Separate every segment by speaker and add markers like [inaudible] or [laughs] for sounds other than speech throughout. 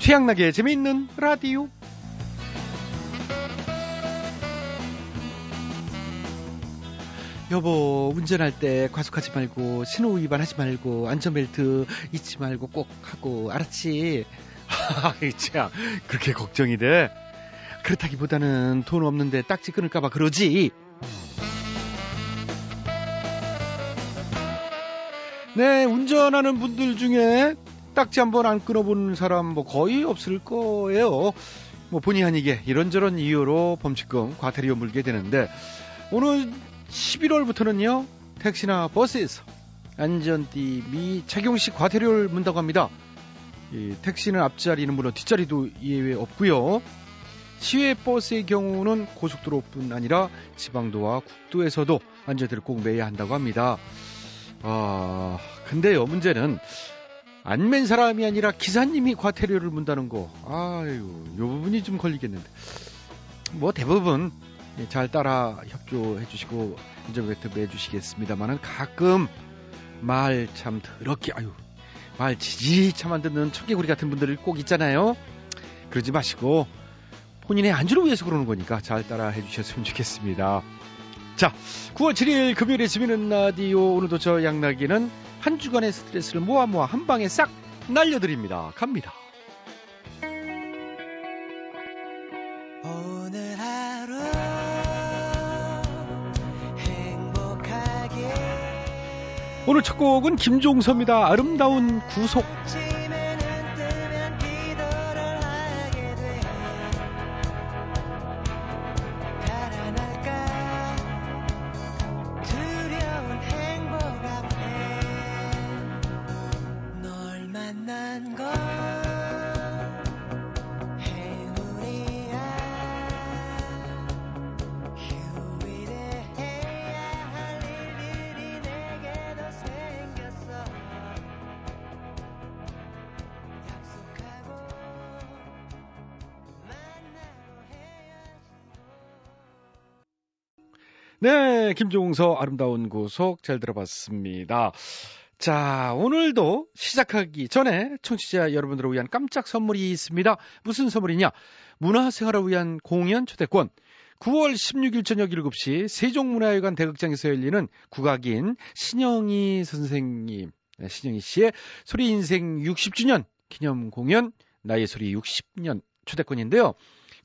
Speaker 1: 태양나게 재미있는 라디오. 여보, 운전할 때 과속하지 말고, 신호 위반하지 말고, 안전벨트 잊지 말고 꼭 하고, 알았지? [laughs] 아이, 참, 그렇게 걱정이 돼. 그렇다기보다는 돈 없는데 딱지 끊을까봐 그러지. 네, 운전하는 분들 중에 딱지 한번 안 끊어보는 사람 뭐 거의 없을 거예요. 뭐 본의 아니게 이런저런 이유로 범칙금 과태료 물게 되는데 오늘 11월부터는요 택시나 버스에서 안전띠 미착용시 과태료를 문다고 합니다. 이 택시는 앞자리는 물론 뒷자리도 예외 없고요. 시외 버스의 경우는 고속도로뿐 아니라 지방도와 국도에서도 안전띠를 꼭 매야 한다고 합니다. 아 근데요 문제는 안 맨 사람이 아니라 기사님이 과태료를 문다는 거. 아유 요 부분이 좀 걸리겠는데. 뭐 대부분 예, 잘 따라 협조해 주시고 인정벨트 매주시겠습니다만은 가끔 말 참 더럽게 아유 말 지지참 안 듣는 청개구리 같은 분들이 꼭 있잖아요. 그러지 마시고 본인의 안전을 위해서 그러는 거니까 잘 따라 해주셨으면 좋겠습니다. 자, 9월 7일 금요일에 재미있는 라디오 오늘도 저 양락이는 한 주간의 스트레스를 모아 모아 한 방에 싹 날려드립니다. 갑니다.
Speaker 2: 오늘 하루 행복하게
Speaker 1: 오늘 첫 곡은 김종서입니다. 아름다운 구속.
Speaker 2: 아침엔 눈 뜨면 기도를 하게 돼 달아날까 두려운 행복 앞에 널 만난 건 행운이야 휴일에 해야 할 일들이 내게 더 생겼어 약속하고 만나러 헤어지고
Speaker 1: 네, 김종서 아름다운 구속 잘 들어봤습니다. 자, 오늘도 시작하기 전에 청취자 여러분들을 위한 깜짝 선물이 있습니다. 무슨 선물이냐? 문화생활을 위한 공연 초대권. 9월 16일 저녁 7시 세종문화회관 대극장에서 열리는 국악인 신영희 선생님, 네, 신영희 씨의 소리 인생 60주년 기념 공연 나의 소리 60년 초대권인데요.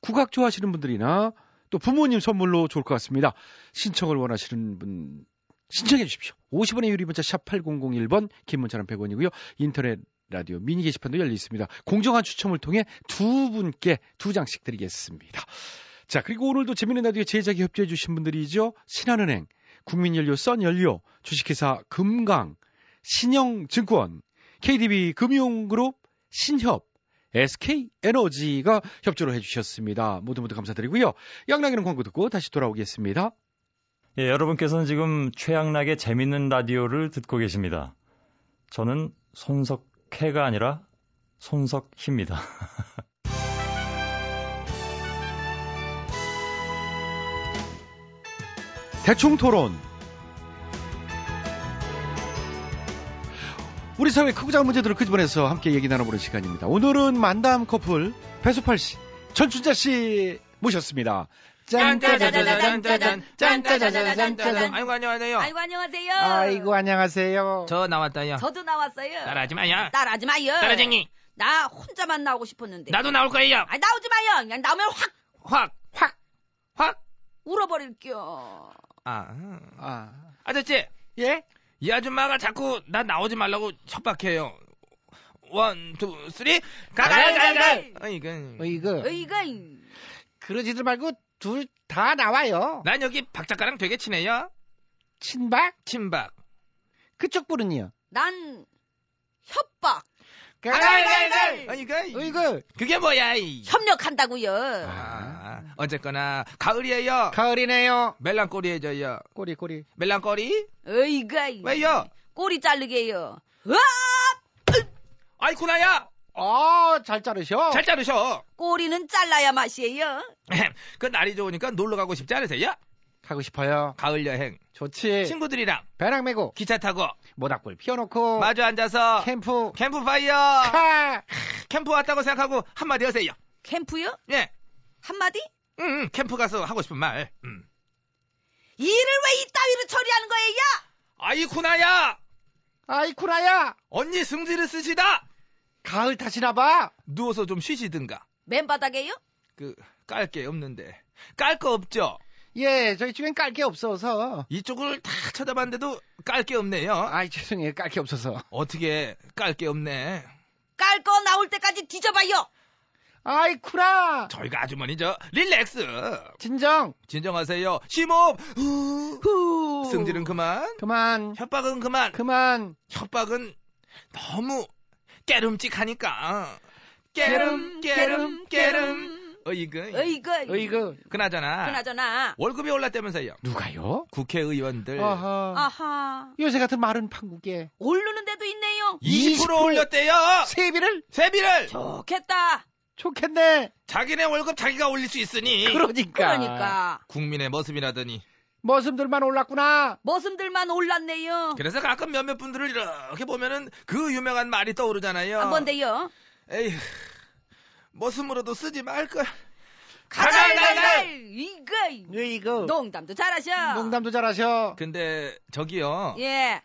Speaker 1: 국악 좋아하시는 분들이나 또 부모님 선물로 좋을 것 같습니다. 신청을 원하시는 분 신청해 주십시오. 50원의 유리 문자 샵 8001번 긴 문자는 100원이고요. 인터넷 라디오 미니 게시판도 열려 있습니다. 공정한 추첨을 통해 두 분께 두 장씩 드리겠습니다. 자, 그리고 오늘도 재미있는 라디오 제작에 협조해 주신 분들이죠. 신한은행, 국민연료 썬연료, 주식회사 금강, 신영증권, KDB 금융그룹, 신협, SK에너지가 협조를 해주셨습니다. 모두 모두 감사드리고요. 양락이는 광고 듣고 다시 돌아오겠습니다.
Speaker 3: 예, 여러분께서는 지금 최양락의 재밌는 라디오를 듣고 계십니다. 저는 손석해가 아니라 손석희입니다.
Speaker 1: 대충 토론. 우리 사회 크고 작은 문제들을 그 끄집어내서 함께 얘기 나눠보는 시간입니다. 오늘은 만담 커플 배수팔 씨, 전춘자 씨 모셨습니다.
Speaker 4: 짠짜자자자잔.
Speaker 5: 짠짜자자잔 짠짜자자잔
Speaker 4: 아이고 안녕하세요.
Speaker 5: 아이고 안녕하세요.
Speaker 1: 아이고 안녕하세요.
Speaker 4: 저 나왔다요.
Speaker 5: 저도 나왔어요.
Speaker 4: 따라하지 마요.
Speaker 5: 따라하지 마요.
Speaker 4: 따라쟁이.
Speaker 5: 나 혼자만 나오고 싶었는데.
Speaker 4: 나도 나올 거예요.
Speaker 5: 아 나오지 마요. 그냥 나오면 확
Speaker 4: 확, 확, 확.
Speaker 5: 울어버릴게요.
Speaker 4: 아, 음.
Speaker 1: 아,
Speaker 4: 아저씨,
Speaker 1: 예?
Speaker 4: 이 아줌마가 자꾸 나 나오지 말라고 협박해요. 원, 투, 쓰리, 가가가가. 아 이건.
Speaker 1: 뭐 이거
Speaker 5: 이거
Speaker 1: 그러지들 말고 둘 다 나와요.
Speaker 4: 난 여기 박 작가랑 되게 친해요.
Speaker 1: 친박
Speaker 4: 친박.
Speaker 1: 그쪽 분은요.
Speaker 5: 난 협박
Speaker 4: 가가가가. 아 이건.
Speaker 1: 이거
Speaker 4: 그게 뭐야? 이.
Speaker 5: 협력한다고요.
Speaker 4: 아, 어쨌거나 가을이에요.
Speaker 1: 가을이네요.
Speaker 4: 멜랑꼬리해져요.
Speaker 1: 꼬리 꼬리.
Speaker 4: 멜랑꼬리?
Speaker 5: 이거
Speaker 4: 왜요?
Speaker 5: 꼬리 자르게요. 어? 으아!
Speaker 4: 아이 구나야.
Speaker 1: 어, 아잘 자르셔.
Speaker 4: 잘 자르셔. [laughs]
Speaker 5: 꼬리는 잘라야 맛이에요.
Speaker 4: 그 날이 좋으니까 놀러 가고 싶지 않으세요?
Speaker 1: 가고 싶어요.
Speaker 4: 가을 여행
Speaker 1: 좋지.
Speaker 4: 친구들이랑
Speaker 1: 배낭 메고
Speaker 4: 기차 타고
Speaker 1: 모닥불 피워놓고
Speaker 4: 마주 앉아서
Speaker 1: 어. 캠프
Speaker 4: 캠프파이어
Speaker 1: 카.
Speaker 4: 캠프 왔다고 생각하고 한마디 하세요.
Speaker 5: 캠프요?
Speaker 4: 예,
Speaker 5: 한마디?
Speaker 4: 음, 음, 캠프 가서 하고 싶은 말. 음.
Speaker 5: 일을 왜 이따위로 처리하는 거예요?
Speaker 4: 아이쿠나야
Speaker 1: 아이쿠라야
Speaker 4: 언니 승질을 쓰시다.
Speaker 1: 가을 타시나 봐.
Speaker 4: 누워서 좀 쉬시든가.
Speaker 5: 맨바닥에요?
Speaker 4: 그 깔 게 없는데 깔 거 없죠.
Speaker 1: 예, 저희 중엔 깔 게 없어서.
Speaker 4: 이쪽을 다 쳐다봤는데도 깔 게 없네요.
Speaker 1: 어? 아이 죄송해요, 깔 게 없어서.
Speaker 4: 어떻게 깔 게 없네.
Speaker 5: 깔 거 나올 때까지 뒤져봐요.
Speaker 1: 아이쿠라.
Speaker 4: 저희가 아주머니죠. 릴렉스.
Speaker 1: 진정.
Speaker 4: 진정하세요. 심호흡. 후.
Speaker 1: 후.
Speaker 4: 승질은 그만.
Speaker 1: 그만.
Speaker 4: 협박은 그만.
Speaker 1: 그만.
Speaker 4: 협박은 너무 깨름직하니까.
Speaker 1: 깨름,
Speaker 4: 깨름, 깨름, 깨름. 어이그.
Speaker 5: 어이구.
Speaker 1: 어이구.
Speaker 4: 그나저나.
Speaker 5: 그나저나.
Speaker 4: 월급이 올랐다면서요.
Speaker 1: 누가요?
Speaker 4: 국회의원들.
Speaker 1: 아하.
Speaker 5: 아하.
Speaker 1: 요새 같은 마른 판국에
Speaker 5: 오르는 데도 있네요.
Speaker 4: 20% 올렸대요.
Speaker 1: 세비를
Speaker 4: 세비를.
Speaker 5: 좋겠다.
Speaker 1: 좋겠네.
Speaker 4: 자기네 월급 자기가 올릴 수 있으니.
Speaker 1: 그러니까.
Speaker 5: 그러니까.
Speaker 4: 국민의 모습이라더니.
Speaker 1: 머슴들만 올랐구나.
Speaker 5: 머슴들만 올랐네요.
Speaker 4: 그래서 가끔 몇몇 분들을 이렇게 보면은 그 유명한 말이 떠오르잖아요.
Speaker 5: 한 번 데요.
Speaker 4: 에휴, 머슴으로도 쓰지 말걸.
Speaker 5: 가갈,
Speaker 4: 가갈,
Speaker 5: 가갈.
Speaker 4: 가갈.
Speaker 5: 이거.
Speaker 1: 이거
Speaker 5: 농담도 잘하셔.
Speaker 1: 농담도 잘하셔.
Speaker 4: 그- 근데 저기요,
Speaker 5: 예.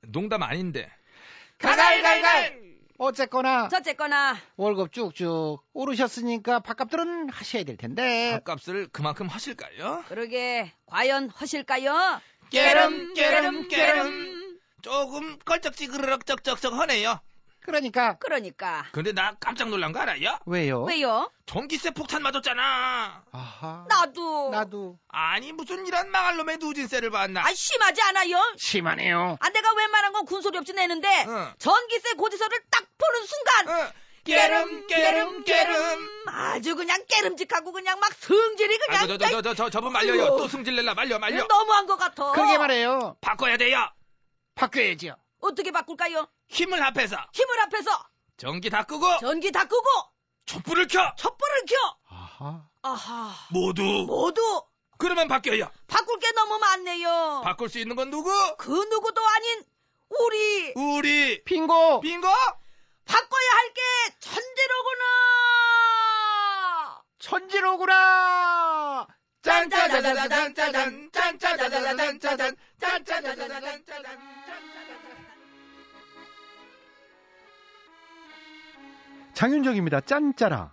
Speaker 4: 농담 아닌데.
Speaker 1: 어쨌거나
Speaker 5: 저쨌거나
Speaker 1: 월급 쭉쭉 오르셨으니까 밥값들은 하셔야 될
Speaker 4: 예.
Speaker 1: 텐데.
Speaker 4: 밥값을 그만큼 하실까요?
Speaker 5: 그러게 과연 하실까요?
Speaker 4: 깨름, 깨름, 깨름. 조금 껄쩍지그르륵 쩍쩍쩍 하네요.
Speaker 1: 그러니까
Speaker 5: 그러니까
Speaker 4: 근데 나 깜짝 놀란 거 알아요?
Speaker 1: 왜요?
Speaker 5: 왜요?
Speaker 4: 전기세 폭탄 맞았잖아.
Speaker 1: 아하.
Speaker 5: 나도
Speaker 1: 나도
Speaker 4: 아니 무슨 이런 망할 놈의 누진세를 봤나?
Speaker 5: 아 심하지 않아요?
Speaker 1: 심하네요.
Speaker 5: 아 내가 웬만한 건 군소리 없이 내는데
Speaker 4: 응.
Speaker 5: 전기세 고지서를 딱 보는 순간
Speaker 4: 어, 깨름, 깨름, 깨름.
Speaker 5: 아주 그냥 깨름직하고 그냥 막 성질이 그냥
Speaker 4: 아저 저 저 저 저분 말려요. 또 승질낼라 말려 말려.
Speaker 5: 너무한 것 같아.
Speaker 1: 그러게 말해요.
Speaker 4: 바꿔야 돼요.
Speaker 1: 바뀌어야지요.
Speaker 5: 어떻게 바꿀까요?
Speaker 4: 힘을 합해서
Speaker 5: 힘을 앞에서
Speaker 4: 전기 다 끄고
Speaker 5: 전기 다 끄고
Speaker 4: 촛불을 켜
Speaker 5: 촛불을 켜.
Speaker 1: 아하.
Speaker 5: 아하
Speaker 4: 모두
Speaker 5: 모두
Speaker 4: 그러면 바뀌어요.
Speaker 5: 바꿀 게 너무 많네요.
Speaker 4: 바꿀 수 있는 건 누구?
Speaker 5: 그 누구도 아닌 우리
Speaker 4: 우리
Speaker 1: 빙고.
Speaker 4: 빙고.
Speaker 5: 바꿔야 할 게 천재로구나.
Speaker 1: 천지로구나.
Speaker 4: 짠짜자자잔짠짜잔 짠짜자자잔짠짜잔 짠짜자자잔짠짜잔.
Speaker 1: 장윤정입니다. 짠짜라.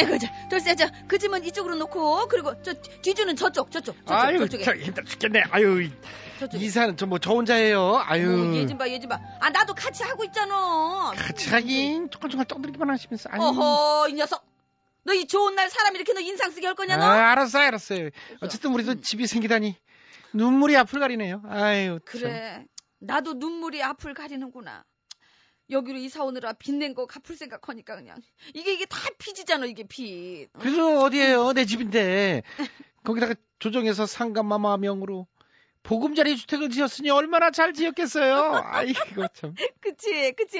Speaker 5: 이거 저 돌쇠 저그 짐은 이쪽으로 놓고 그리고 저 뒤주는 저쪽 저쪽 저쪽
Speaker 1: 아유,
Speaker 5: 저쪽에
Speaker 1: 저 힘들어 죽겠네. 아유,
Speaker 5: 저쪽에.
Speaker 1: 이사는 좀 뭐 저 혼자 해요. 아유.
Speaker 5: 예진 봐 예진 봐. 아 나도 같이 하고 있잖아.
Speaker 1: 같이 하긴 조금조금 떠들기만 하시면서. 아유.
Speaker 5: 어허 이 녀석. 너 이 좋은 날 사람 이렇게 너 인상 쓰게 할 거냐 너?
Speaker 1: 아, 알았어요, 알았어요. 어쨌든 우리도 집이 생기다니 눈물이 앞을 가리네요. 아유,
Speaker 5: 그래. 나도 눈물이 앞을 가리는구나. 여기로 이사 오느라 빚낸 거 갚을 생각하니까 그냥 이게 이게 다 빚이잖아 이게 빚. [laughs]
Speaker 1: 참. 그래서 어디에요? 내 집인데 거기다가 조정해서 상감마마 명으로 보금자리 주택을 지었으니 얼마나 잘 지었겠어요. 아이고 참.
Speaker 5: 그치 그치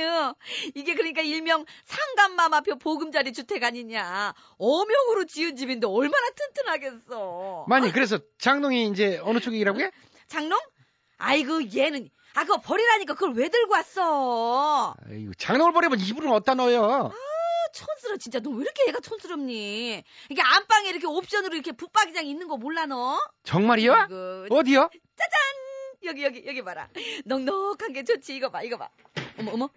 Speaker 5: 이게 그러니까 일명 상감마마표 보금자리 주택 아니냐 어명으로 지은 집인데 얼마나 튼튼하겠어
Speaker 1: 많이 그래서 장롱이 이제 어느 쪽이라고요?
Speaker 5: 장롱? 아이고 얘는 아 그거 버리라니까 그걸 왜 들고 왔어
Speaker 1: 아이고 장롱을 버리면 이불은 어디다 넣어요?
Speaker 5: 아, 촌스러 진짜 너 왜 이렇게 얘가 촌스럽니? 이게 안방에 이렇게 옵션으로 이렇게 붙박이장 있는 거 몰라 너?
Speaker 1: 정말이야?
Speaker 5: 이거
Speaker 1: 어디야?
Speaker 5: 여기 여기 여기 봐라. 넉넉한 게 좋지. 이거 봐 이거 봐. 어머 어머.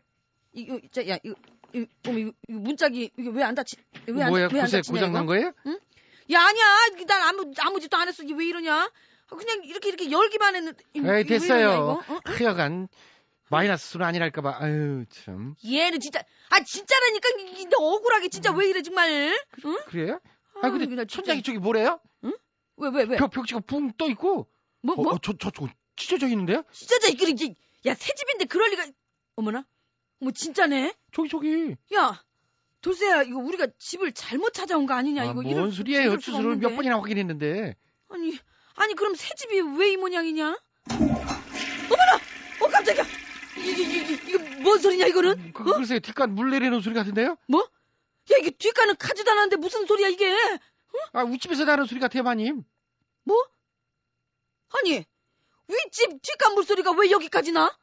Speaker 5: 이거 자, 야 이거 이거, 어머, 이거, 이거 문짝이 이게 왜 안 닫히? 왜안
Speaker 1: 뭐야?
Speaker 5: 왜안
Speaker 1: 구세
Speaker 5: 닫히냐,
Speaker 1: 고장
Speaker 5: 이거?
Speaker 1: 난 거예요?
Speaker 5: 야 아니야. 이게 난 아무 아무 짓도 안 했어. 이게 왜 이러냐? 아, 그냥 이렇게 이렇게 열기만 했는데. 이- 이게 왜
Speaker 1: 에이 됐어요.
Speaker 5: 이러냐, 이거? 어?
Speaker 1: 하여간 마이너스는 아니랄까봐. 아유 참
Speaker 5: 얘는 진짜 아 진짜라니까 이- 이- 너 억울하게 진짜
Speaker 1: 음.
Speaker 5: 왜 이래 정말? 응?
Speaker 1: 그래요? 아
Speaker 5: 아이고,
Speaker 1: 근데
Speaker 5: 나 진짜.
Speaker 1: 천장이 저기 뭐래요?
Speaker 5: 왜 왜 왜?
Speaker 1: 벽 벽지가 붕 떠 있고.
Speaker 5: 뭐 뭐?
Speaker 1: 어, 어, 저 저쪽 찢어져 있는데요?
Speaker 5: 진짜 저 이게 이제 야새 집인데 그럴 리가 어머나 어머 진짜네
Speaker 1: 저기 저기.
Speaker 5: 야 돌쇠야 이거 우리가 집을 잘못 찾아온 거 아니냐
Speaker 1: 아,
Speaker 5: 이거
Speaker 1: 뭔 소리예요?
Speaker 5: 이럴 수가
Speaker 1: 주소를 몇
Speaker 5: 없는데.
Speaker 1: 번이나 확인했는데.
Speaker 5: 아니 아니 그럼 새 집이 왜 이 모양이냐 어머나 어 깜짝이야 이게 이게 이게 뭔 소리냐 이거는
Speaker 1: 그,
Speaker 5: 어?
Speaker 1: 글쎄요, 뒷간 물 내리는 소리 같은데요?
Speaker 5: 뭐? 야 이게 뒷가는 카지도 않았는데 무슨 소리야 이게
Speaker 1: 아, 윗집에서 나는 소리 같아요, 마님.
Speaker 5: 뭐? 아니 윗집 뒷간 물소리가 왜 여기까지 나?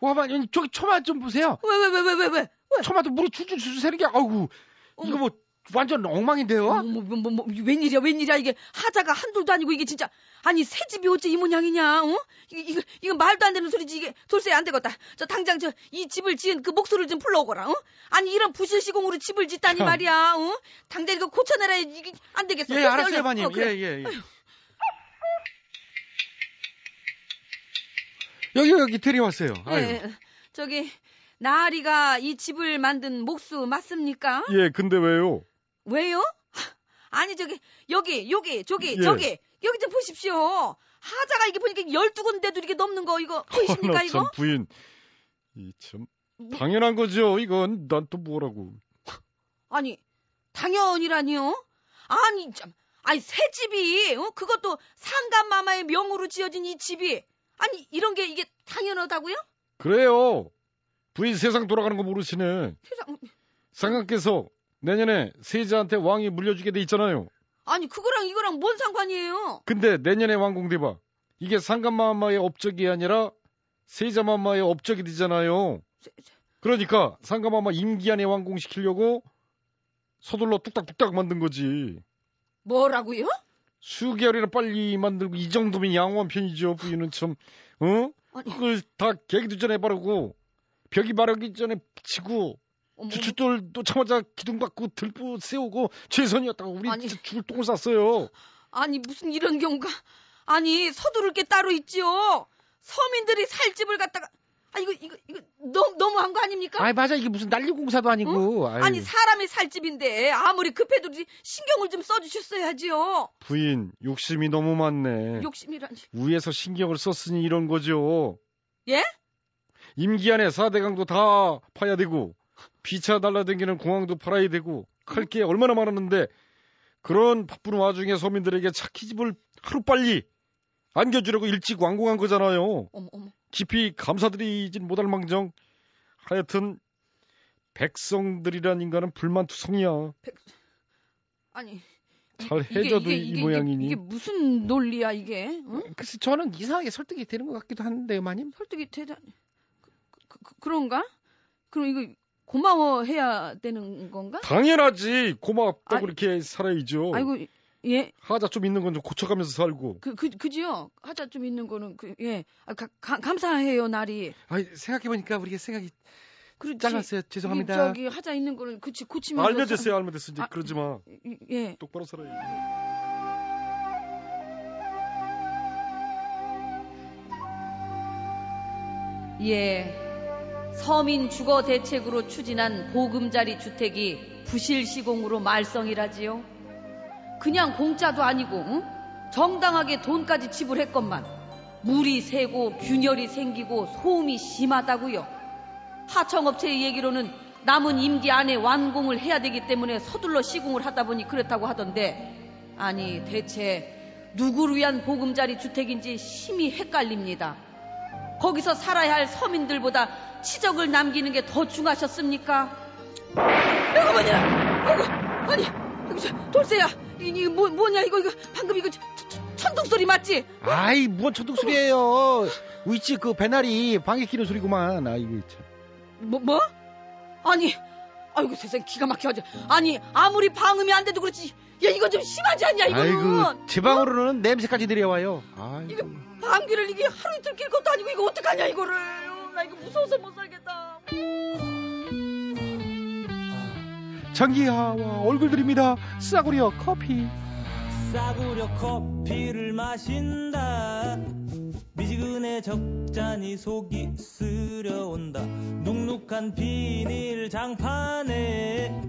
Speaker 1: 와, 마님, 저기 처마 좀 보세요.
Speaker 5: 왜 왜 왜 왜 왜 왜? 왜?
Speaker 1: 처마도 물이 줄줄줄줄 새는 게, 아우
Speaker 5: 어.
Speaker 1: 이거 뭐, 완전 엉망인데요?
Speaker 5: 뭐, 뭐, 뭐, 뭐, 뭐, 웬일이야, 웬일이야, 이게 하자가 한둘도 아니고 이게 진짜, 아니, 새 집이 어째 이 모양이냐, 어? 이, 이거, 이거 말도 안 되는 소리지, 이게 돌쇠 안 되겠다. 저 당장 저 이 집을 지은 그 목소리를 좀 불러오거라, 어? 아니, 이런 부실시공으로 집을 짓다니
Speaker 1: 참.
Speaker 5: 말이야, 어? 당장 이거 고쳐내라, 이게 안 되겠어.
Speaker 1: 예,
Speaker 5: 돌쇠
Speaker 1: 알았어요,
Speaker 5: 얼른.
Speaker 1: 마님.
Speaker 5: 어,
Speaker 1: 예,
Speaker 5: 그래.
Speaker 1: 예, 예. 여기, 여기 데려왔어요. 아유.
Speaker 5: 예, 예. 저기, 나으리가 이 집을 만든 목수 맞습니까?
Speaker 1: 예, 근데 왜요?
Speaker 5: 왜요? [laughs] 아니 저기 여기 여기 저기
Speaker 1: 예.
Speaker 5: 저기 여기 좀 보십시오. 하자가 이게 보니까 12군데도 이게 넘는 거 이거 보이십니까 이거?
Speaker 1: 부인. 이, 참.
Speaker 5: 뭐-
Speaker 1: 당연한 거죠, 이건. 난 또 뭐라고.
Speaker 5: 아니 당연이라니요. 아니 참 아니 새 집이 어? 그것도 상간마마의 명으로 지어진 이 집이 아니 이런 게 이게 당연하다고요?
Speaker 1: 그래요. 부인 세상 돌아가는 거 모르시네.
Speaker 5: 세상
Speaker 1: 상관께서 내년에 세자한테 왕이 물려주게 돼 있잖아요.
Speaker 5: 아니 그거랑 이거랑 뭔 상관이에요?
Speaker 1: 근데 내년에 완공돼봐. 이게 상간마마의 업적이 아니라 세자마마의 업적이 되잖아요. 그러니까 상간마마 임기 안에 완공시키려고 서둘러 뚝딱뚝딱 만든 거지.
Speaker 5: 뭐라고요?
Speaker 1: 수개월이나 빨리 만들고 이 정도면 양호한 편이죠. 부인은 참, 어?
Speaker 5: 아니
Speaker 1: 그걸 다 계기도 전에 바르고 벽이 바르기 전에 치고
Speaker 5: 어머,
Speaker 1: 주춧돌 놓자마자 기둥 받고 들보 세우고 최선이었다고 우리
Speaker 5: 아니.
Speaker 1: 진짜 죽을 똥을 쌌어요.
Speaker 5: 아니 무슨 이런 경우가 아니 서두를 게 따로 있지요. 서민들이 살 집을 갖다가 아 이거 이거 이거 너무 너무한 거 아닙니까? 어?
Speaker 1: 아이 맞아 이게 무슨 난리 공사도 아니고. 아유.
Speaker 5: 그러니까 아니 사람이 살 집인데 아무리 급해도 지- 신경을 좀 써주셨어야지요.
Speaker 1: 부인 욕심이 너무 많네.
Speaker 5: 욕심이라니.
Speaker 1: 위에서 신경을 썼으니 이런 거죠.
Speaker 5: 예?
Speaker 1: 임기 안에 4대강도 다 파야 되고 비차 날라댕기는 공항도 팔아야 되고 할 게 얼마나 많았는데 그런 바쁜 와중에 서민들에게 차키집을 하루빨리 안겨주려고 일찍 완공한 거잖아요.
Speaker 5: 어머 어머.
Speaker 1: 깊이 감사드리진 못할 망정 하여튼 백성들이란 인간은 불만투성이야.
Speaker 5: 아니 이-
Speaker 1: 잘
Speaker 5: 이게-
Speaker 1: 해줘도
Speaker 5: 이게-
Speaker 1: 이
Speaker 5: 이게- 이게-
Speaker 1: 모양이니.
Speaker 5: 이게 무슨 논리야 이게? 응?
Speaker 1: 글쎄 저는 이상하게 설득이 되는 것 같기도 한데요, 마님.
Speaker 5: 설득이 대단. 그, 그, 런가 그럼 이거 고마워해야 되는 건가?
Speaker 1: 당연하지. 고맙다고
Speaker 5: 아이-
Speaker 1: 이렇게 살아야죠.
Speaker 5: 아이고 예
Speaker 1: 하자 좀 있는 건 좀 고쳐가면서 살고.
Speaker 5: 그, 그, 그지요? 하자 좀 있는 거는, 그, 예. 아, 가- 가- 감사해요, 날이.
Speaker 1: 아니 생각해보니까 우리가 생각이
Speaker 5: 그렇지.
Speaker 1: 죄송합니다.
Speaker 5: 이- 저기 하자 있는 거는, 그치, 고치면.
Speaker 1: 아, 알면 됐어요, 알면 됐어. 이제
Speaker 5: 아.
Speaker 1: 그러지 마.
Speaker 5: 예.
Speaker 1: 똑바로 살아야지.
Speaker 5: 예. 서민 주거 대책으로 추진한 보금자리 주택이 부실 시공으로 말썽이라지요. 그냥 공짜도 아니고 응? 정당하게 돈까지 지불했건만 물이 새고 균열이 생기고 소음이 심하다고요. 하청업체의 얘기로는 남은 임기 안에 완공을 해야 되기 때문에 서둘러 시공을 하다 보니 그랬다고 하던데 아니 대체 누구를 위한 보금자리 주택인지 심히 헷갈립니다. 거기서 살아야 할 서민들보다 치적을 남기는 게 더 중하셨습니까? 이거 뭐냐? 이거 아니 이거 저, 돌쇠야 이, 이 뭐, 뭐냐 이거 이거 방금 이거 저- 저- 천둥 소리 맞지?
Speaker 1: 아이 뭔 천둥 소리예요. 위치 그 배날이 방귀 끼는 소리구만. 아이고 참.
Speaker 5: 뭐 뭐? 아니 아이고 세상 기가 막혀 아주. 아니 아무리 방음이 안 돼도 그렇지. 야 이건 좀 심하지 않냐 이거는.
Speaker 1: 아이고 지방으로는 냄새까지 내려와요. 아이고.
Speaker 5: 방귀를 이게 하루 이틀 낄 것도 아니고 이거 어떡하냐 이거를. 어, 나 이거 무서워서 못 살겠다.
Speaker 1: 전기하와 얼굴 들입니다. 싸구려 커피.
Speaker 6: 싸구려 커피를 마신다 미지근해 적잖이 속이 쓰려온다 눅눅한 비닐 장판에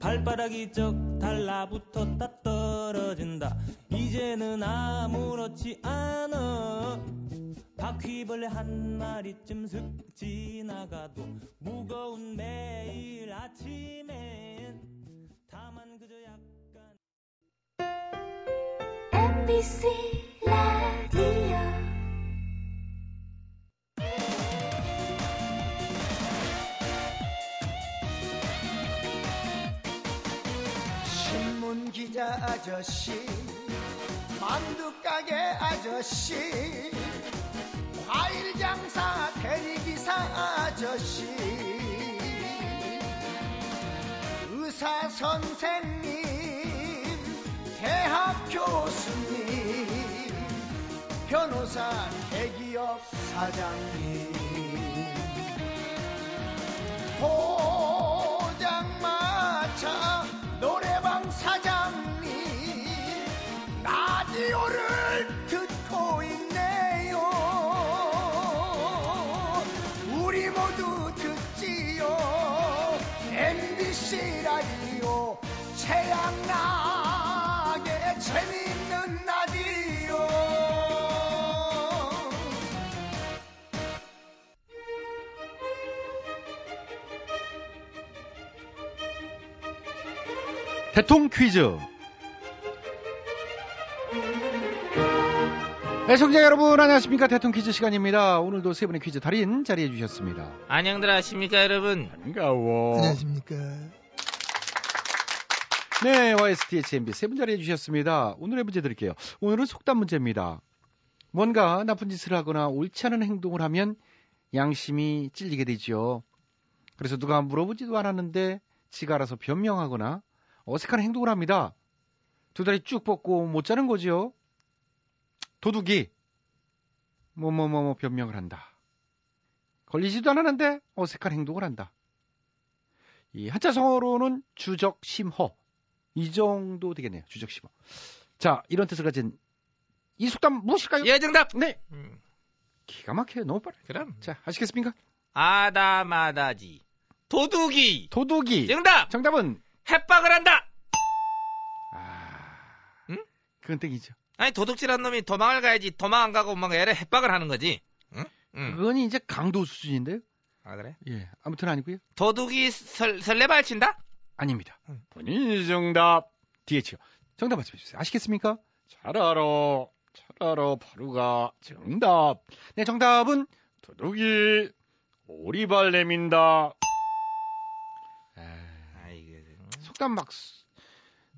Speaker 6: 발바닥이 쩍 달라붙었다 떨어진다 이제는 아무렇지 않아 바퀴벌레 한 마리쯤 슥 지나가도 무거운 매일 아침엔 다만 그저 약간
Speaker 7: MBC 라디오
Speaker 2: 신문 기자 아저씨, 만두 가게 아저씨, 과일 장사 대리 기사 아저씨, 의사 선생님, 대학 교수님, 변호사 대기업 사장님. 포장마차 노래방 사장님 라디오를 듣고 있네요 우리 모두 듣지요 MBC 라디오 최양락의 재밌는 라디오
Speaker 1: 대통 퀴즈. 애청자 네, 여러분 안녕하십니까 대통 퀴즈 시간입니다. 오늘도 세 분의 퀴즈 달인 자리해 주셨습니다.
Speaker 4: 안녕들 하십니까 여러분?
Speaker 1: 반가워.
Speaker 2: 안녕하십니까
Speaker 1: 네, YSTHMB 세 분 자리해 주셨습니다. 오늘의 문제 드릴게요. 오늘은 속담 문제입니다. 뭔가 나쁜 짓을 하거나 옳지 않은 행동을 하면 양심이 찔리게 되죠. 그래서 누가 물어보지도 않았는데 지가 알아서 변명하거나 어색한 행동을 합니다. 두 다리 쭉 뻗고 못 자는 거지요. 도둑이 뭐뭐뭐뭐 변명을 한다. 걸리지도 않았는데 어색한 행동을 한다. 이 한자성어로는 주적 심허. 이 정도 되겠네요. 주적심어. 자, 이런 뜻을 가진 이 속담 무엇일까요?
Speaker 4: 예 정답.
Speaker 1: 네.
Speaker 4: 음,
Speaker 1: 기가 막혀요. 너무 빨라.
Speaker 4: 그럼
Speaker 1: 자, 아시겠습니까?
Speaker 4: 아다마다지 도둑이
Speaker 1: 도둑이.
Speaker 4: 정답.
Speaker 1: 정답은
Speaker 4: 협박을 한다.
Speaker 1: 아.
Speaker 4: 응?
Speaker 1: 그건 땡이죠.
Speaker 4: 아니 도둑질한 놈이 도망을 가야지 도망 안 가고 엄마가 애를 협박을 하는 거지. 응? 응.
Speaker 1: 그건 이제 강도 수준인데요.
Speaker 4: 아 그래?
Speaker 1: 예. 아무튼 아니고요.
Speaker 4: 도둑이 설, 설레발 친다?
Speaker 1: 아닙니다.
Speaker 4: 응.
Speaker 1: 본인이 정답. DH요. 정답 말씀해 주세요. 아시겠습니까? 잘 알아. 잘 알아. 바로가 정답. 네, 정답은 도둑이 오리발 내민다.
Speaker 4: 아이고.
Speaker 1: 속담 막 수-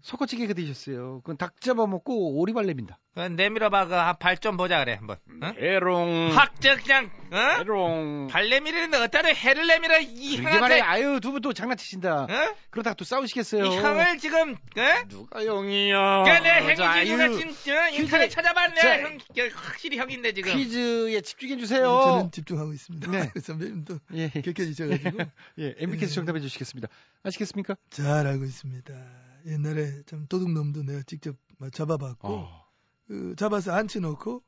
Speaker 1: 속어찌개가 되셨어요. 그건 닭 잡아먹고 오리발 내민다.
Speaker 4: 그건 내밀어봐 그발좀 보자 그래 한번. 응?
Speaker 1: 에롱.
Speaker 4: 확저 그냥 응?
Speaker 1: 에롱.
Speaker 4: 발 내밀는데 어따로 해를 내밀어 이
Speaker 1: 이게 말이야.
Speaker 4: 향한테
Speaker 1: 아유 두 분 또 장난치신다.
Speaker 4: 응?
Speaker 1: 그러다가 또 싸우시겠어요.
Speaker 4: 이 향을 지금 응?
Speaker 1: 누가 영이야.
Speaker 4: 그내
Speaker 1: 자,
Speaker 4: 행이
Speaker 1: 어, 아유,
Speaker 4: 지금 지금 응?
Speaker 1: 퀴즈.
Speaker 4: 어? 인터넷 찾아봤네.
Speaker 1: 자.
Speaker 4: 형, 그, 확실히 형인데 지금.
Speaker 1: 퀴즈에 집중해 주세요.
Speaker 6: 저는 집중하고 있습니다.
Speaker 1: 네.
Speaker 6: [laughs] 선배님도
Speaker 1: 예.
Speaker 6: 격해지셔가지고
Speaker 1: 예, MBK에서 정답해 주시겠습니다. 아시겠습니까?
Speaker 6: 잘 알고 있습니다. 옛날에 참 도둑놈도 내가 직접 막 잡아봤고
Speaker 1: 어.
Speaker 6: 그 잡아서 앉혀놓고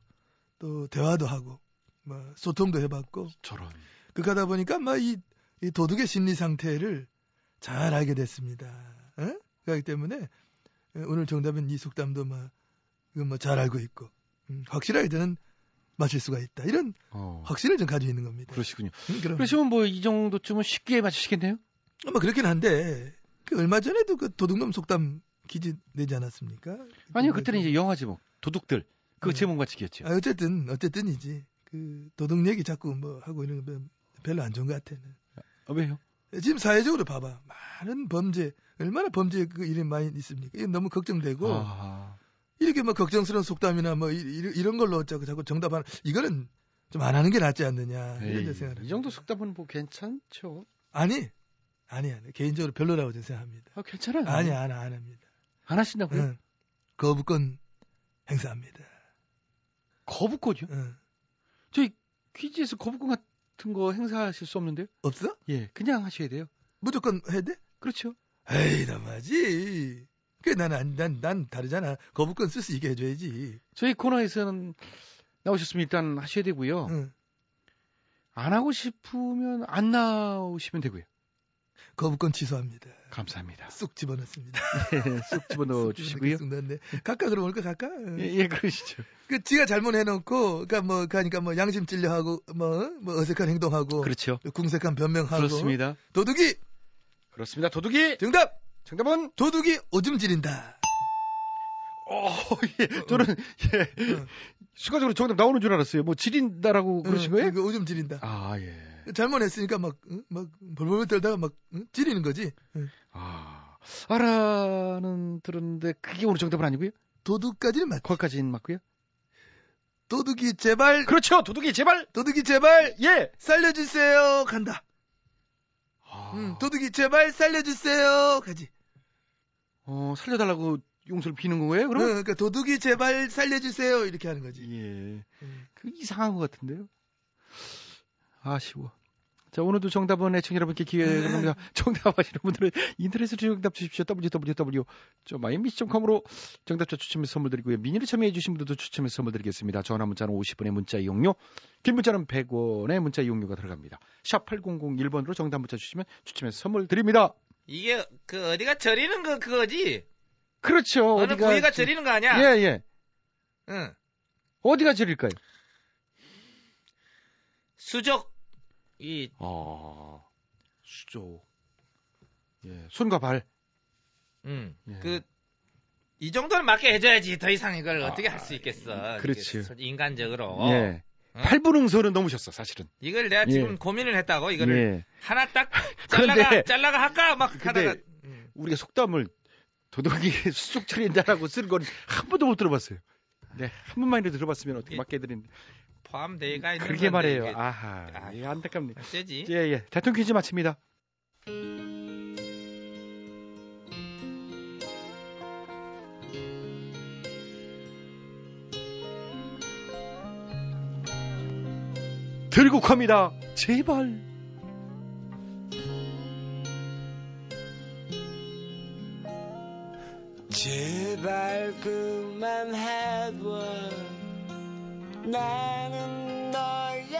Speaker 6: 또 대화도 하고 막 소통도 해봤고
Speaker 1: 저런.
Speaker 6: 그러다 보니까 뭐 막이 이 도둑의 심리 상태를 잘 알게 됐습니다. 어? 그렇기 때문에 어, 오늘 정답은 이 속담도 막 이건 뭐잘 알고 있고 음, 확실하게 저는 맞출 수가 있다. 이런
Speaker 1: 어.
Speaker 6: 확신을 좀 가지고 있는 겁니다.
Speaker 1: 그러시군요.
Speaker 6: 음, 그럼.
Speaker 1: 그러시면 뭐 이 정도쯤은 쉽게 맞추시겠네요?
Speaker 6: 아마 그렇긴 한데 그 얼마 전에도 그 도둑놈 속담 기지 내지 않았습니까? 근데
Speaker 1: 아니요, 그때는
Speaker 6: 그-
Speaker 1: 이제 영화 제목. 도둑들. 그
Speaker 6: 음.
Speaker 1: 제목 맞추기였죠.
Speaker 6: 아, 어쨌든 어쨌든이지 그 도둑 얘기 자꾸 뭐 하고 이런 거 별로 안 좋은 것 같아.
Speaker 1: 아, 왜요?
Speaker 6: 지금 사회적으로 봐봐 많은 범죄 얼마나 범죄 그 일이 많이 있습니까? 이게 너무 걱정되고
Speaker 1: 아.
Speaker 6: 이렇게 뭐 걱정스러운 속담이나 뭐 이, 런 걸로 자꾸 자꾸 정답하는 이거는 좀 안 하는 게 낫지 않느냐
Speaker 1: 에이,
Speaker 6: 이런 생각을
Speaker 1: 이 정도 속담은 뭐 괜찮죠.
Speaker 6: 아니
Speaker 4: 아니 아니 개인적으로 별로라고 저는 생각합니다.
Speaker 1: 아, 괜찮아요.
Speaker 4: 아니 안, 안 합니다.
Speaker 1: 안 하신다고요?
Speaker 4: 응. 거부권 행사합니다.
Speaker 1: 거부권이요?
Speaker 4: 응.
Speaker 1: 저희 퀴즈에서 거부권 같은 거 행사하실 수 없는데요?
Speaker 4: 없어?
Speaker 1: 예, 그냥 하셔야 돼요.
Speaker 4: 무조건 해야 돼?
Speaker 1: 그렇죠.
Speaker 4: 에이 남아지. 그 나는 안- 난, 난 다르잖아. 거부권 쓸 수 있게 해줘야지.
Speaker 1: 저희 코너에서는 나오셨으면 일단 하셔야 되고요.
Speaker 4: 응.
Speaker 1: 안 하고 싶으면 안 나오시면 되고요.
Speaker 4: 거부권 취소합니다.
Speaker 1: 감사합니다.
Speaker 4: 쑥 집어넣습니다.
Speaker 1: [laughs] 예, 쑥 집어넣어 주시고요.
Speaker 4: 쑥 넣었네. 각각 그럼 올까 각각. 응.
Speaker 1: 예, 예, 그러시죠.
Speaker 4: 그 지가 잘못해놓고 그러니까 뭐 그러니까 뭐 양심 찔려하고 뭐, 어? 뭐 어색한 행동하고
Speaker 1: 그렇죠.
Speaker 4: 궁색한 변명하고
Speaker 1: 그렇습니다.
Speaker 4: 도둑이
Speaker 1: 그렇습니다. 도둑이
Speaker 4: 정답
Speaker 1: 정답은
Speaker 4: 도둑이 오줌 지린다.
Speaker 1: 어, 예. 저는 예.
Speaker 4: 응.
Speaker 1: 순간적으로 정답 나오는 줄 알았어요. 뭐 지린다라고 그러신
Speaker 4: 어,
Speaker 1: 거예요?
Speaker 4: 이거 오줌 지린다.
Speaker 1: 아, 예.
Speaker 4: 잘못했으니까 막, 응? 막, 벌벌 떨다가 막, 응? 지리는 거지. 응.
Speaker 1: 아. 알아는 들었는데 그게 오늘 정답은 아니고요.
Speaker 4: 도둑까지는 맞,
Speaker 1: 거기까지는 맞고요.
Speaker 4: 도둑이 제발,
Speaker 1: 그렇죠. 도둑이 제발
Speaker 4: 도둑이 제발,
Speaker 1: 예.
Speaker 4: 살려주세요. 간다.
Speaker 1: 아,
Speaker 4: 응, 도둑이 제발, 살려주세요. 가지.
Speaker 1: 어, 살려달라고 용서를 비는 거예요?
Speaker 4: 응,
Speaker 1: 그럼?
Speaker 4: 그러니까 도둑이 제발, 살려주세요. 이렇게 하는
Speaker 8: 네.
Speaker 4: 거지.
Speaker 1: 예.
Speaker 8: 음.
Speaker 4: 응.
Speaker 1: 그 이상한 것 같은데요. 아쉬워. 자, 오늘도 정답은 애청 여러분께 기회를
Speaker 8: [laughs]
Speaker 1: 합니다. 정답 아시는 분들은 인터넷으로 정답 주십시오. www.mymiss.com으로 정답자 추첨해서 선물 드리고요. 미니를 참여해주신 분들도 추첨해서 선물 드리겠습니다. 전화 문자는 50원의 문자 이용료, 긴 문자는 100원의 문자 이용료가 들어갑니다. 샵 8001번으로 정답 문자 주시면 추첨해서 선물 드립니다.
Speaker 8: 이게 그 어디가 저리는 거 그거지?
Speaker 1: 그렇죠.
Speaker 8: 어느
Speaker 1: 어디가.
Speaker 8: 부위가 저리는 거 아니야?
Speaker 1: 예, 예.
Speaker 8: 응.
Speaker 1: 어디가 저릴까요?
Speaker 8: 수족 이
Speaker 1: 아, 수조. 예, 손과 발.
Speaker 8: 음.
Speaker 1: 예.
Speaker 8: 그, 이 정도는 맞게 해줘야지 더 이상 이걸
Speaker 4: 아,
Speaker 8: 어떻게 할 수 있겠어.
Speaker 1: 이- 그렇지.
Speaker 8: 이게 솔직히 인간적으로.
Speaker 1: 예.
Speaker 8: 어?
Speaker 1: 팔부능선은 넘으셨어, 사실은.
Speaker 8: 이걸 내가
Speaker 1: 예.
Speaker 8: 지금 고민을 했다고 이거를
Speaker 1: 예.
Speaker 8: 하나
Speaker 4: [laughs]
Speaker 8: 딱
Speaker 1: 그런데-
Speaker 8: 잘라가 잘라가 할까 막
Speaker 1: 근데-
Speaker 8: 하다가 음.
Speaker 1: 우리가 속담을 도둑이 [laughs] 수족 처리한다라고 쓴 건 한 번도 못 들어봤어요. 네, 한 번만이라도 들어봤으면 어떻게
Speaker 8: 예.
Speaker 1: 맞게 해드리는데.
Speaker 8: 포함되가 있는 건데
Speaker 1: 그러게 말이에요.
Speaker 8: 이게
Speaker 1: 아하.
Speaker 8: 아유.
Speaker 1: 예, 안타깝네요.
Speaker 8: 어째지?
Speaker 1: 예, 예. 대통령 퀴즈 마칩니다. 들고 갑니다. 제발.
Speaker 2: 제발 그만해봐 나는 너의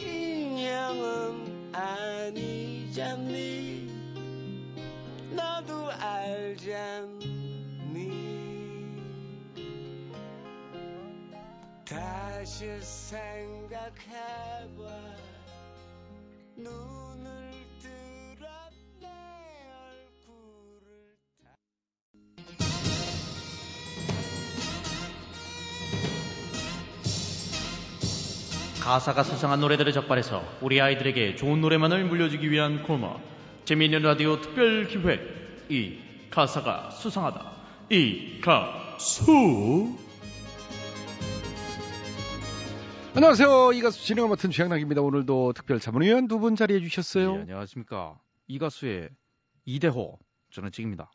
Speaker 2: 인형은 아니잖니 너도 알잖니 다시 생각해봐 눈을 뜨라 내 얼굴을
Speaker 9: 가사가 수상한 노래들을 적발해서 우리 아이들에게 좋은 노래만을 물려주기 위한 코너 재미있는 라디오 특별 기획 이 가사가 수상하다 이 가수
Speaker 1: 안녕하세요. 이 가수 진행을 맡은 최양락입니다. 오늘도 특별 자문위원 두 분 자리해
Speaker 4: 네,
Speaker 9: 예,
Speaker 1: 주셨어요.
Speaker 9: 안녕하십니까 이 가수의 이대호 저는 찍입니다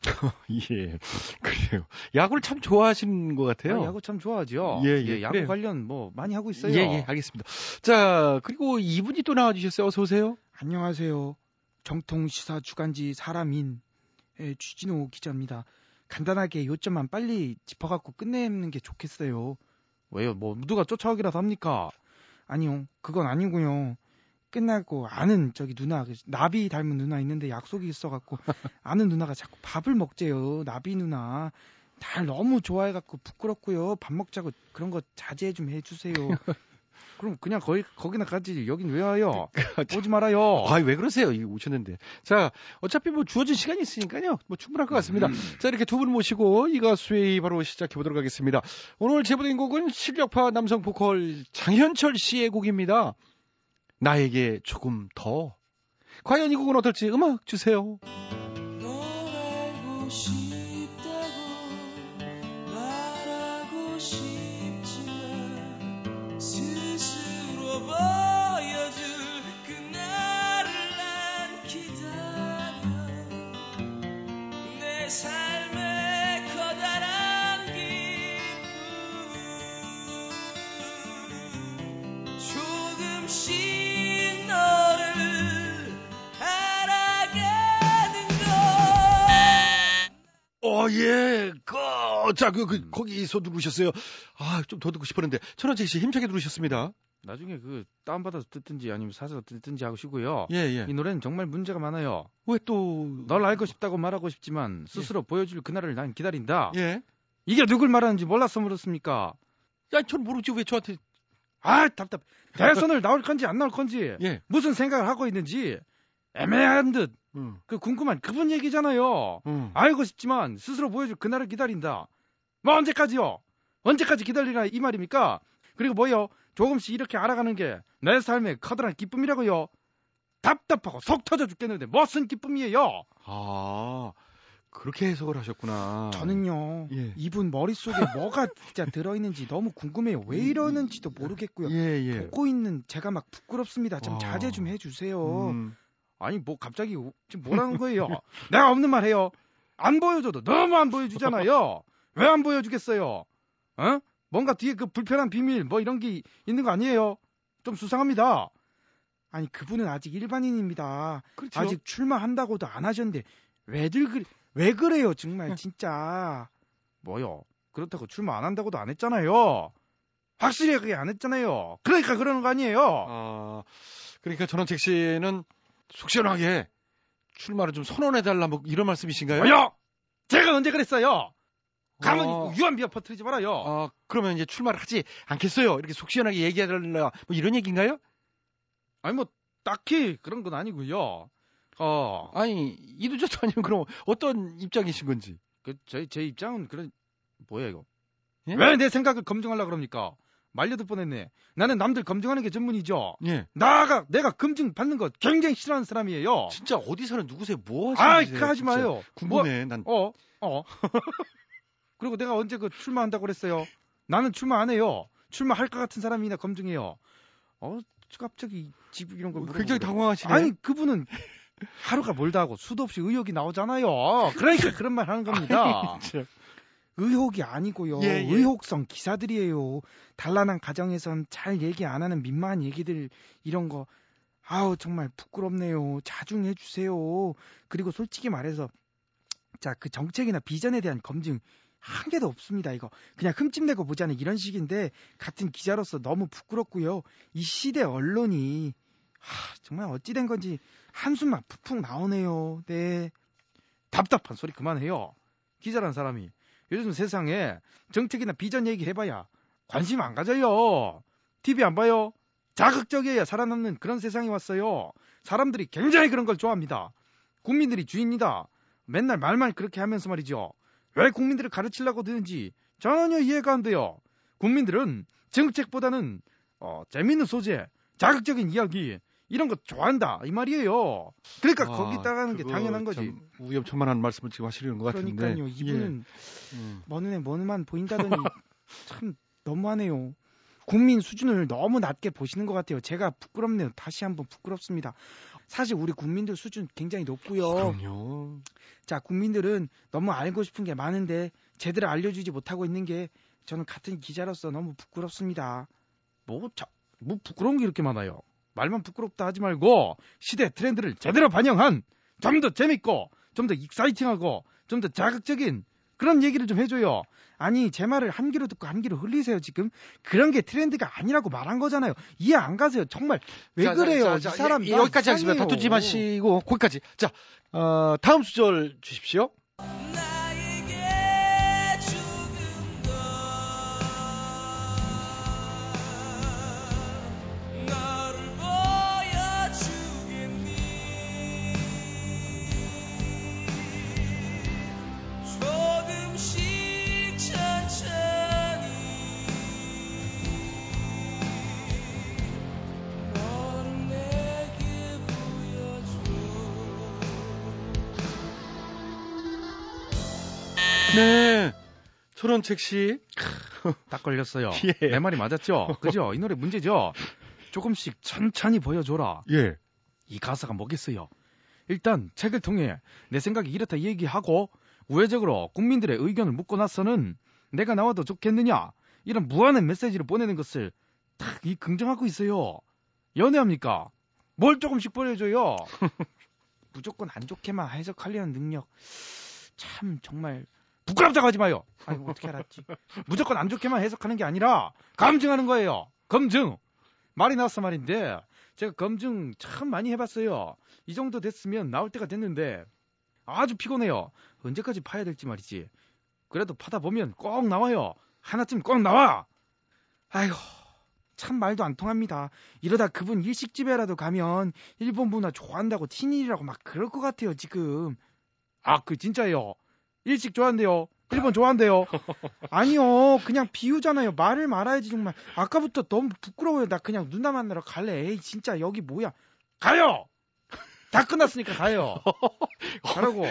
Speaker 1: 예, 그래요. 야구를 참 좋아하시는 것 같아요.
Speaker 9: 야구 참 좋아하죠
Speaker 1: 예, 예,
Speaker 9: 야구
Speaker 1: 그래요.
Speaker 9: 관련 뭐 많이 하고 있어요
Speaker 1: 예, 예, 알겠습니다. 자, 그리고 이분이 또 나와주셨어요. 어서 오세요.
Speaker 10: 안녕하세요. 정통시사 주간지 사람인 예, 주진호 기자입니다. 간단하게 요점만 빨리 짚어갖고 끝내는 게 좋겠어요.
Speaker 9: 왜요 뭐 누가 쫓아오기라도 합니까
Speaker 10: 아니요, 그건 아니고요. 끝나고 아는 저기 누나, 그 나비 닮은 누나 있는데 약속이 있어갖고 아는 누나가 자꾸 밥을 먹재요. 나비 누나. 날 너무 좋아해갖고 부끄럽고요. 밥 먹자고 그런 거 자제 좀 해주세요.
Speaker 9: 그럼 그냥 거기 거기나 가지 여긴 왜 와요 오지 말아요
Speaker 1: 아, 왜 그러세요? 이 오셨는데. 자, 어차피 뭐 주어진 시간이 있으니까요. 뭐 충분할 것 같습니다. 자, 이렇게 두 분 모시고 이 가수의 바로 시작해 보도록 하겠습니다. 오늘 제보된 곡은 실력파 남성 보컬 장현철 씨의 곡입니다. 나에게 조금 더. 과연 이 곡은 어떨지 음악 주세요.
Speaker 2: 널 알고 싶다고 말하고 싶지만 스스로 보여줄 그날을 난 기다려
Speaker 1: 어, 예, 그, 자, 그, 그 거기서 누르셨어요. 아, 좀 더 듣고 싶었는데. 천원재 씨 힘차게 누르셨습니다.
Speaker 10: 나중에 그 다운받아서 듣든지 아니면 사서 듣든지 하시고요.
Speaker 1: 예, 예.
Speaker 10: 이 노래는 정말 문제가 많아요.
Speaker 1: 왜 또?
Speaker 10: 널 알고 싶다고 말하고 싶지만 스스로 보여줄 그날을 난 기다린다.
Speaker 1: 예.
Speaker 10: 이게 누굴 말하는지 몰라서 물었습니까?
Speaker 1: 야, 전 모르지 왜 저한테?
Speaker 10: 아 답답. 대선을 나올 건지 안 나올 건지
Speaker 1: 예.
Speaker 10: 무슨 생각을 하고 있는지 애매한 듯.
Speaker 1: 음.
Speaker 10: 그 궁금한 그분 얘기잖아요.
Speaker 1: 음.
Speaker 10: 알고 싶지만 스스로 보여줄 그날을 기다린다. 뭐 언제까지요? 언제까지 기다리나 이 말입니까? 그리고 뭐요? 조금씩 이렇게 알아가는 게 내 삶의 커다란 기쁨이라고요. 답답하고 속 터져 죽겠는데 무슨 기쁨이에요?
Speaker 1: 아, 그렇게 해석을 하셨구나.
Speaker 11: 저는요
Speaker 1: 예.
Speaker 11: 이분 머릿속에 뭐가 진짜 들어있는지 너무 궁금해요 왜 이러는지도 모르겠고요
Speaker 1: 예, 예.
Speaker 11: 듣고 있는 제가 막 부끄럽습니다 좀
Speaker 1: 와.
Speaker 11: 자제 좀 해주세요
Speaker 1: 음.
Speaker 10: 아니 뭐 갑자기 우- 지금 뭐라는 거예요? [laughs] 내가 없는 말 해요. 안 보여줘도 너무
Speaker 1: [laughs]
Speaker 10: 안 보여주잖아요. 왜 안 보여주겠어요? 어? 뭔가 뒤에 그 불편한 비밀 뭐 이런 게 있는 거 아니에요? 좀 수상합니다.
Speaker 11: 아니 그분은 아직 일반인입니다
Speaker 1: 그렇죠.
Speaker 11: 아직 출마한다고도 안 하셨는데 왜들 그왜 그래요
Speaker 1: 네.
Speaker 11: 정말 진짜
Speaker 10: 뭐요? 그렇다고 출마 안 한다고도 안 했잖아요. 확실히 그게 안 했잖아요. 그러니까 그러는 거 아니에요.
Speaker 1: 아, 그러니까 전원택 씨는 속 시원하게 출마를 좀 선언해달라 뭐 이런 말씀이신가요?
Speaker 10: 뭐요? 제가 언제 그랬어요? 가만히
Speaker 1: 어.
Speaker 10: 유한비어 퍼뜨리지 말아요.
Speaker 1: 아, 그러면 이제 출마를 하지 않겠어요. 이렇게 속 시원하게 얘기해달라 뭐 이런 얘기인가요?
Speaker 10: 아니 뭐 딱히 그런 건 아니고요. 어,
Speaker 1: 아니 이두저도 아니면 그럼 어떤 입장이신 건지.
Speaker 10: 그, 제, 제 입장은 그런, 뭐야, 이거.
Speaker 1: 예?
Speaker 10: 왜 내 생각을 검증하려고 그럽니까? 말려도 뻔했네. 나는 남들 검증하는 게 전문이죠.
Speaker 1: 예.
Speaker 10: 나가, 내가 검증 받는 거 굉장히 싫어하는 사람이에요.
Speaker 1: 아, 진짜 어디서는 누구세요? 뭐 하시는
Speaker 10: 아이,
Speaker 1: 분이세요,
Speaker 10: 그 하지
Speaker 1: 진짜?
Speaker 10: 마요.
Speaker 1: 궁금해. 난
Speaker 10: 뭐, 어, 어. [laughs] 그리고 내가 언제 그 출마한다고 그랬어요? 나는 출마 안 해요. 출마할 것 같은 사람이나 검증해요. 어, 갑자기 집 이런 걸.
Speaker 1: 굉장히
Speaker 10: 물어보고
Speaker 1: 당황하시네.
Speaker 10: 아니 그분은 하루가 멀다 하고 수도 없이 의혹이 나오잖아요. 그러니까 그런 말 하는 겁니다.
Speaker 1: 진짜.
Speaker 11: 의혹이 아니고요.
Speaker 1: 예, 예.
Speaker 11: 의혹성 기사들이에요. 단란한 가정에선 잘 얘기 안 하는 민망한 얘기들 이런 거 아우 정말 부끄럽네요. 자중해 주세요. 그리고 솔직히 말해서 자 그 정책이나 비전에 대한 검증 한 개도 없습니다. 이거 그냥 흠집내고 보자는 이런 식인데 같은 기자로서 너무 부끄럽고요. 이 시대 언론이 하, 정말 어찌 된 건지 한숨만 푹푹 나오네요. 네.
Speaker 10: 답답한 소리 그만해요. 기자란 사람이 요즘 세상에 정책이나 비전 얘기해봐야 관심 안 가져요. TV 안 봐요. 자극적이어야 살아남는 그런 세상이 왔어요. 사람들이 굉장히 그런 걸 좋아합니다. 국민들이 주인이다. 맨날 말만 그렇게 하면서 말이죠. 왜 국민들을 가르치려고 드는지 전혀 이해가 안 돼요. 국민들은 정책보다는 어, 재밌는 소재, 자극적인 이야기 이런 거 좋아한다 이 말이에요. 그러니까
Speaker 1: 아,
Speaker 10: 거기 따라가는 게
Speaker 1: 그거
Speaker 10: 당연한 거지.
Speaker 1: 참 우염천만한 말씀을 지금 하시는 것 같은데.
Speaker 11: 그러니까요.
Speaker 1: 예.
Speaker 11: 이분은
Speaker 1: 음.
Speaker 11: 먼 눈에 먼 눈만
Speaker 1: [laughs]
Speaker 11: 보인다더니 참 너무하네요. 국민 수준을 너무 낮게 보시는 것 같아요. 제가 부끄럽네요. 다시 한번 부끄럽습니다. 사실 우리 국민들 수준 굉장히
Speaker 10: 어.
Speaker 11: 높고요.
Speaker 1: 그럼요.
Speaker 11: 자, 국민들은 너무 알고 싶은 게 많은데 제대로 알려주지 못하고 있는 게 저는 같은 기자로서 너무 부끄럽습니다.
Speaker 10: 뭐, 자, 뭐 부끄러운 게 이렇게 많아요. 말만 부끄럽다 하지 말고 시대 트렌드를 제대로 반영한 좀 더 재밌고 좀 더 익사이팅하고 좀 더 자극적인 그런 얘기를 좀 해줘요.
Speaker 11: 아니 제 말을 한 귀로 듣고 한 귀로 흘리세요 지금 그런 게 트렌드가 아니라고 말한 거잖아요 이해 안 가세요 정말 왜
Speaker 1: 자, 자,
Speaker 11: 그래요
Speaker 1: 자, 자,
Speaker 11: 이 사람
Speaker 1: 예,
Speaker 11: 나
Speaker 1: 여기까지
Speaker 11: 이상해요.
Speaker 1: 하겠습니다. 다투지 마시고 거기까지. 자, 어, 다음 수절 주십시오.
Speaker 2: 나에게 죽은 건 너를 보여주겠니 조금씩 천천히 너를 내게 보여줘
Speaker 1: 네. 초론책 씨.
Speaker 10: 딱 걸렸어요.
Speaker 1: 예.
Speaker 10: 내 말이 맞았죠? 그죠? 이 노래 문제죠? 조금씩 천천히 보여줘라.
Speaker 1: 예.
Speaker 10: 이 가사가 뭐겠어요? 일단 책을 통해 내 생각이 이렇다 얘기하고 우회적으로 국민들의 의견을 묻고 나서는 내가 나와도 좋겠느냐 이런 무한한 메시지를 보내는 것을 딱 이 긍정하고 있어요. 연애합니까? 뭘 조금씩 보내줘요.
Speaker 11: 무조건 안 좋게만 해석하려는 능력 참 정말
Speaker 10: 부끄럽다고 하지 마요. 아니 어떻게 알았지? 무조건 안 좋게만 해석하는 게 아니라 검증하는 거예요. 검증. 말이 나왔어 말인데 제가 검증 참 많이 해봤어요. 이 정도 됐으면 나올 때가 됐는데 아주 피곤해요. 언제까지 파야 될지 말이지. 그래도 파다 보면 꼭 나와요. 하나쯤 꼭 나와.
Speaker 11: 아이고, 참 말도 안 통합니다. 이러다 그분 일식집에라도 가면 일본 문화 좋아한다고 친일이라고 막 그럴 것 같아요, 지금.
Speaker 10: 아, 그 진짜예요. 일식 좋아한대요. 일본 좋아한대요.
Speaker 11: 아니요, 그냥 비유잖아요. 말을 말아야지, 정말. 아까부터 너무 부끄러워요. 나 그냥 누나 만나러 갈래. 에이, 진짜 여기 뭐야. [laughs]
Speaker 10: 가요! 다 끝났으니까 가요. 가라고.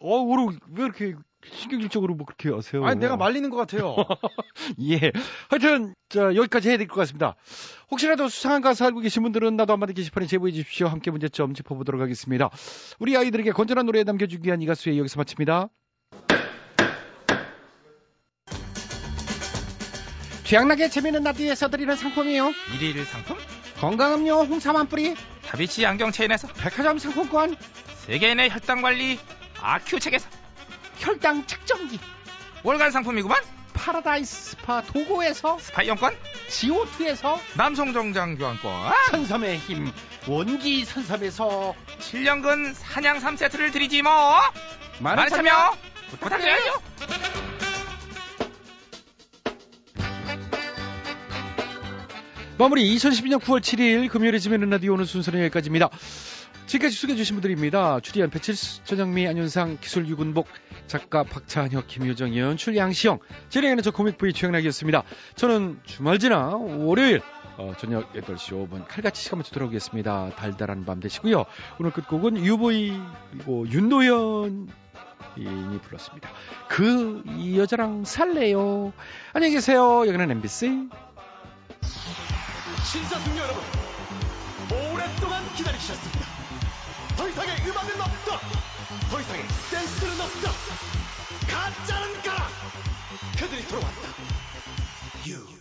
Speaker 1: 어, 오로 왜 이렇게 신경질적으로 뭐 그렇게 하세요?
Speaker 10: 아니, 내가 말리는 것 같아요.
Speaker 1: [laughs] 예. 하여튼 자, 여기까지 해야 될 것 같습니다. 혹시라도 수상한 가사 알고 계신 분들은 나도 한마디 게시판에 제보해 주십시오. 함께 문제점 짚어보도록 하겠습니다. 우리 아이들에게 건전한 노래 남겨주기 위한 이 가수의 여기서 마칩니다.
Speaker 12: 취향나게 재미있는 라디오에서 드리는 상품이요.
Speaker 4: 일일 상품?
Speaker 12: 건강음료 홍삼 한 뿌리,
Speaker 4: 다비치 안경 체인에서
Speaker 12: 백화점 상품권,
Speaker 4: 세계인의 혈당 관리 아큐 책에서
Speaker 12: 혈당 측정기,
Speaker 4: 월간 상품이구만.
Speaker 12: 파라다이스 스파 도고에서
Speaker 4: 스파이 영권,
Speaker 12: 지오투에서
Speaker 4: 남성 정장 교환권,
Speaker 12: 선섬의 힘, 원기 선섬에서
Speaker 4: 7년근 사냥 3세트를 드리지 뭐.
Speaker 12: 많은
Speaker 4: 많은 참여 부탁드려요.
Speaker 1: 마무리 2012년 9월 7일 금요일에 지면은 라디오 오는 순서는 여기까지입니다. 지금까지 소개해주신 분들입니다. 출연 배칠수, 전영미, 안윤상, 기술 유군복, 작가 박찬혁, 김효정, 연출 양시영, 진행하는 저 코믹부의 최영락이었습니다. 저는 주말 지나 월요일 어, 저녁 8시 5분 칼같이 시간 맞춰 돌아오겠습니다. 달달한 밤 되시고요. 오늘 끝곡은 유보이 그리고 윤도현이 불렀습니다. 그 이 여자랑 살래요. 안녕히 계세요. 여기는 MBC.
Speaker 13: 신사숙녀 여러분, 오랫동안 기다리셨습니다. 더 이상의 음악은 없다. 더 이상의 댄스는 없다. 가짜는 가라. 그들이 돌아왔다. You.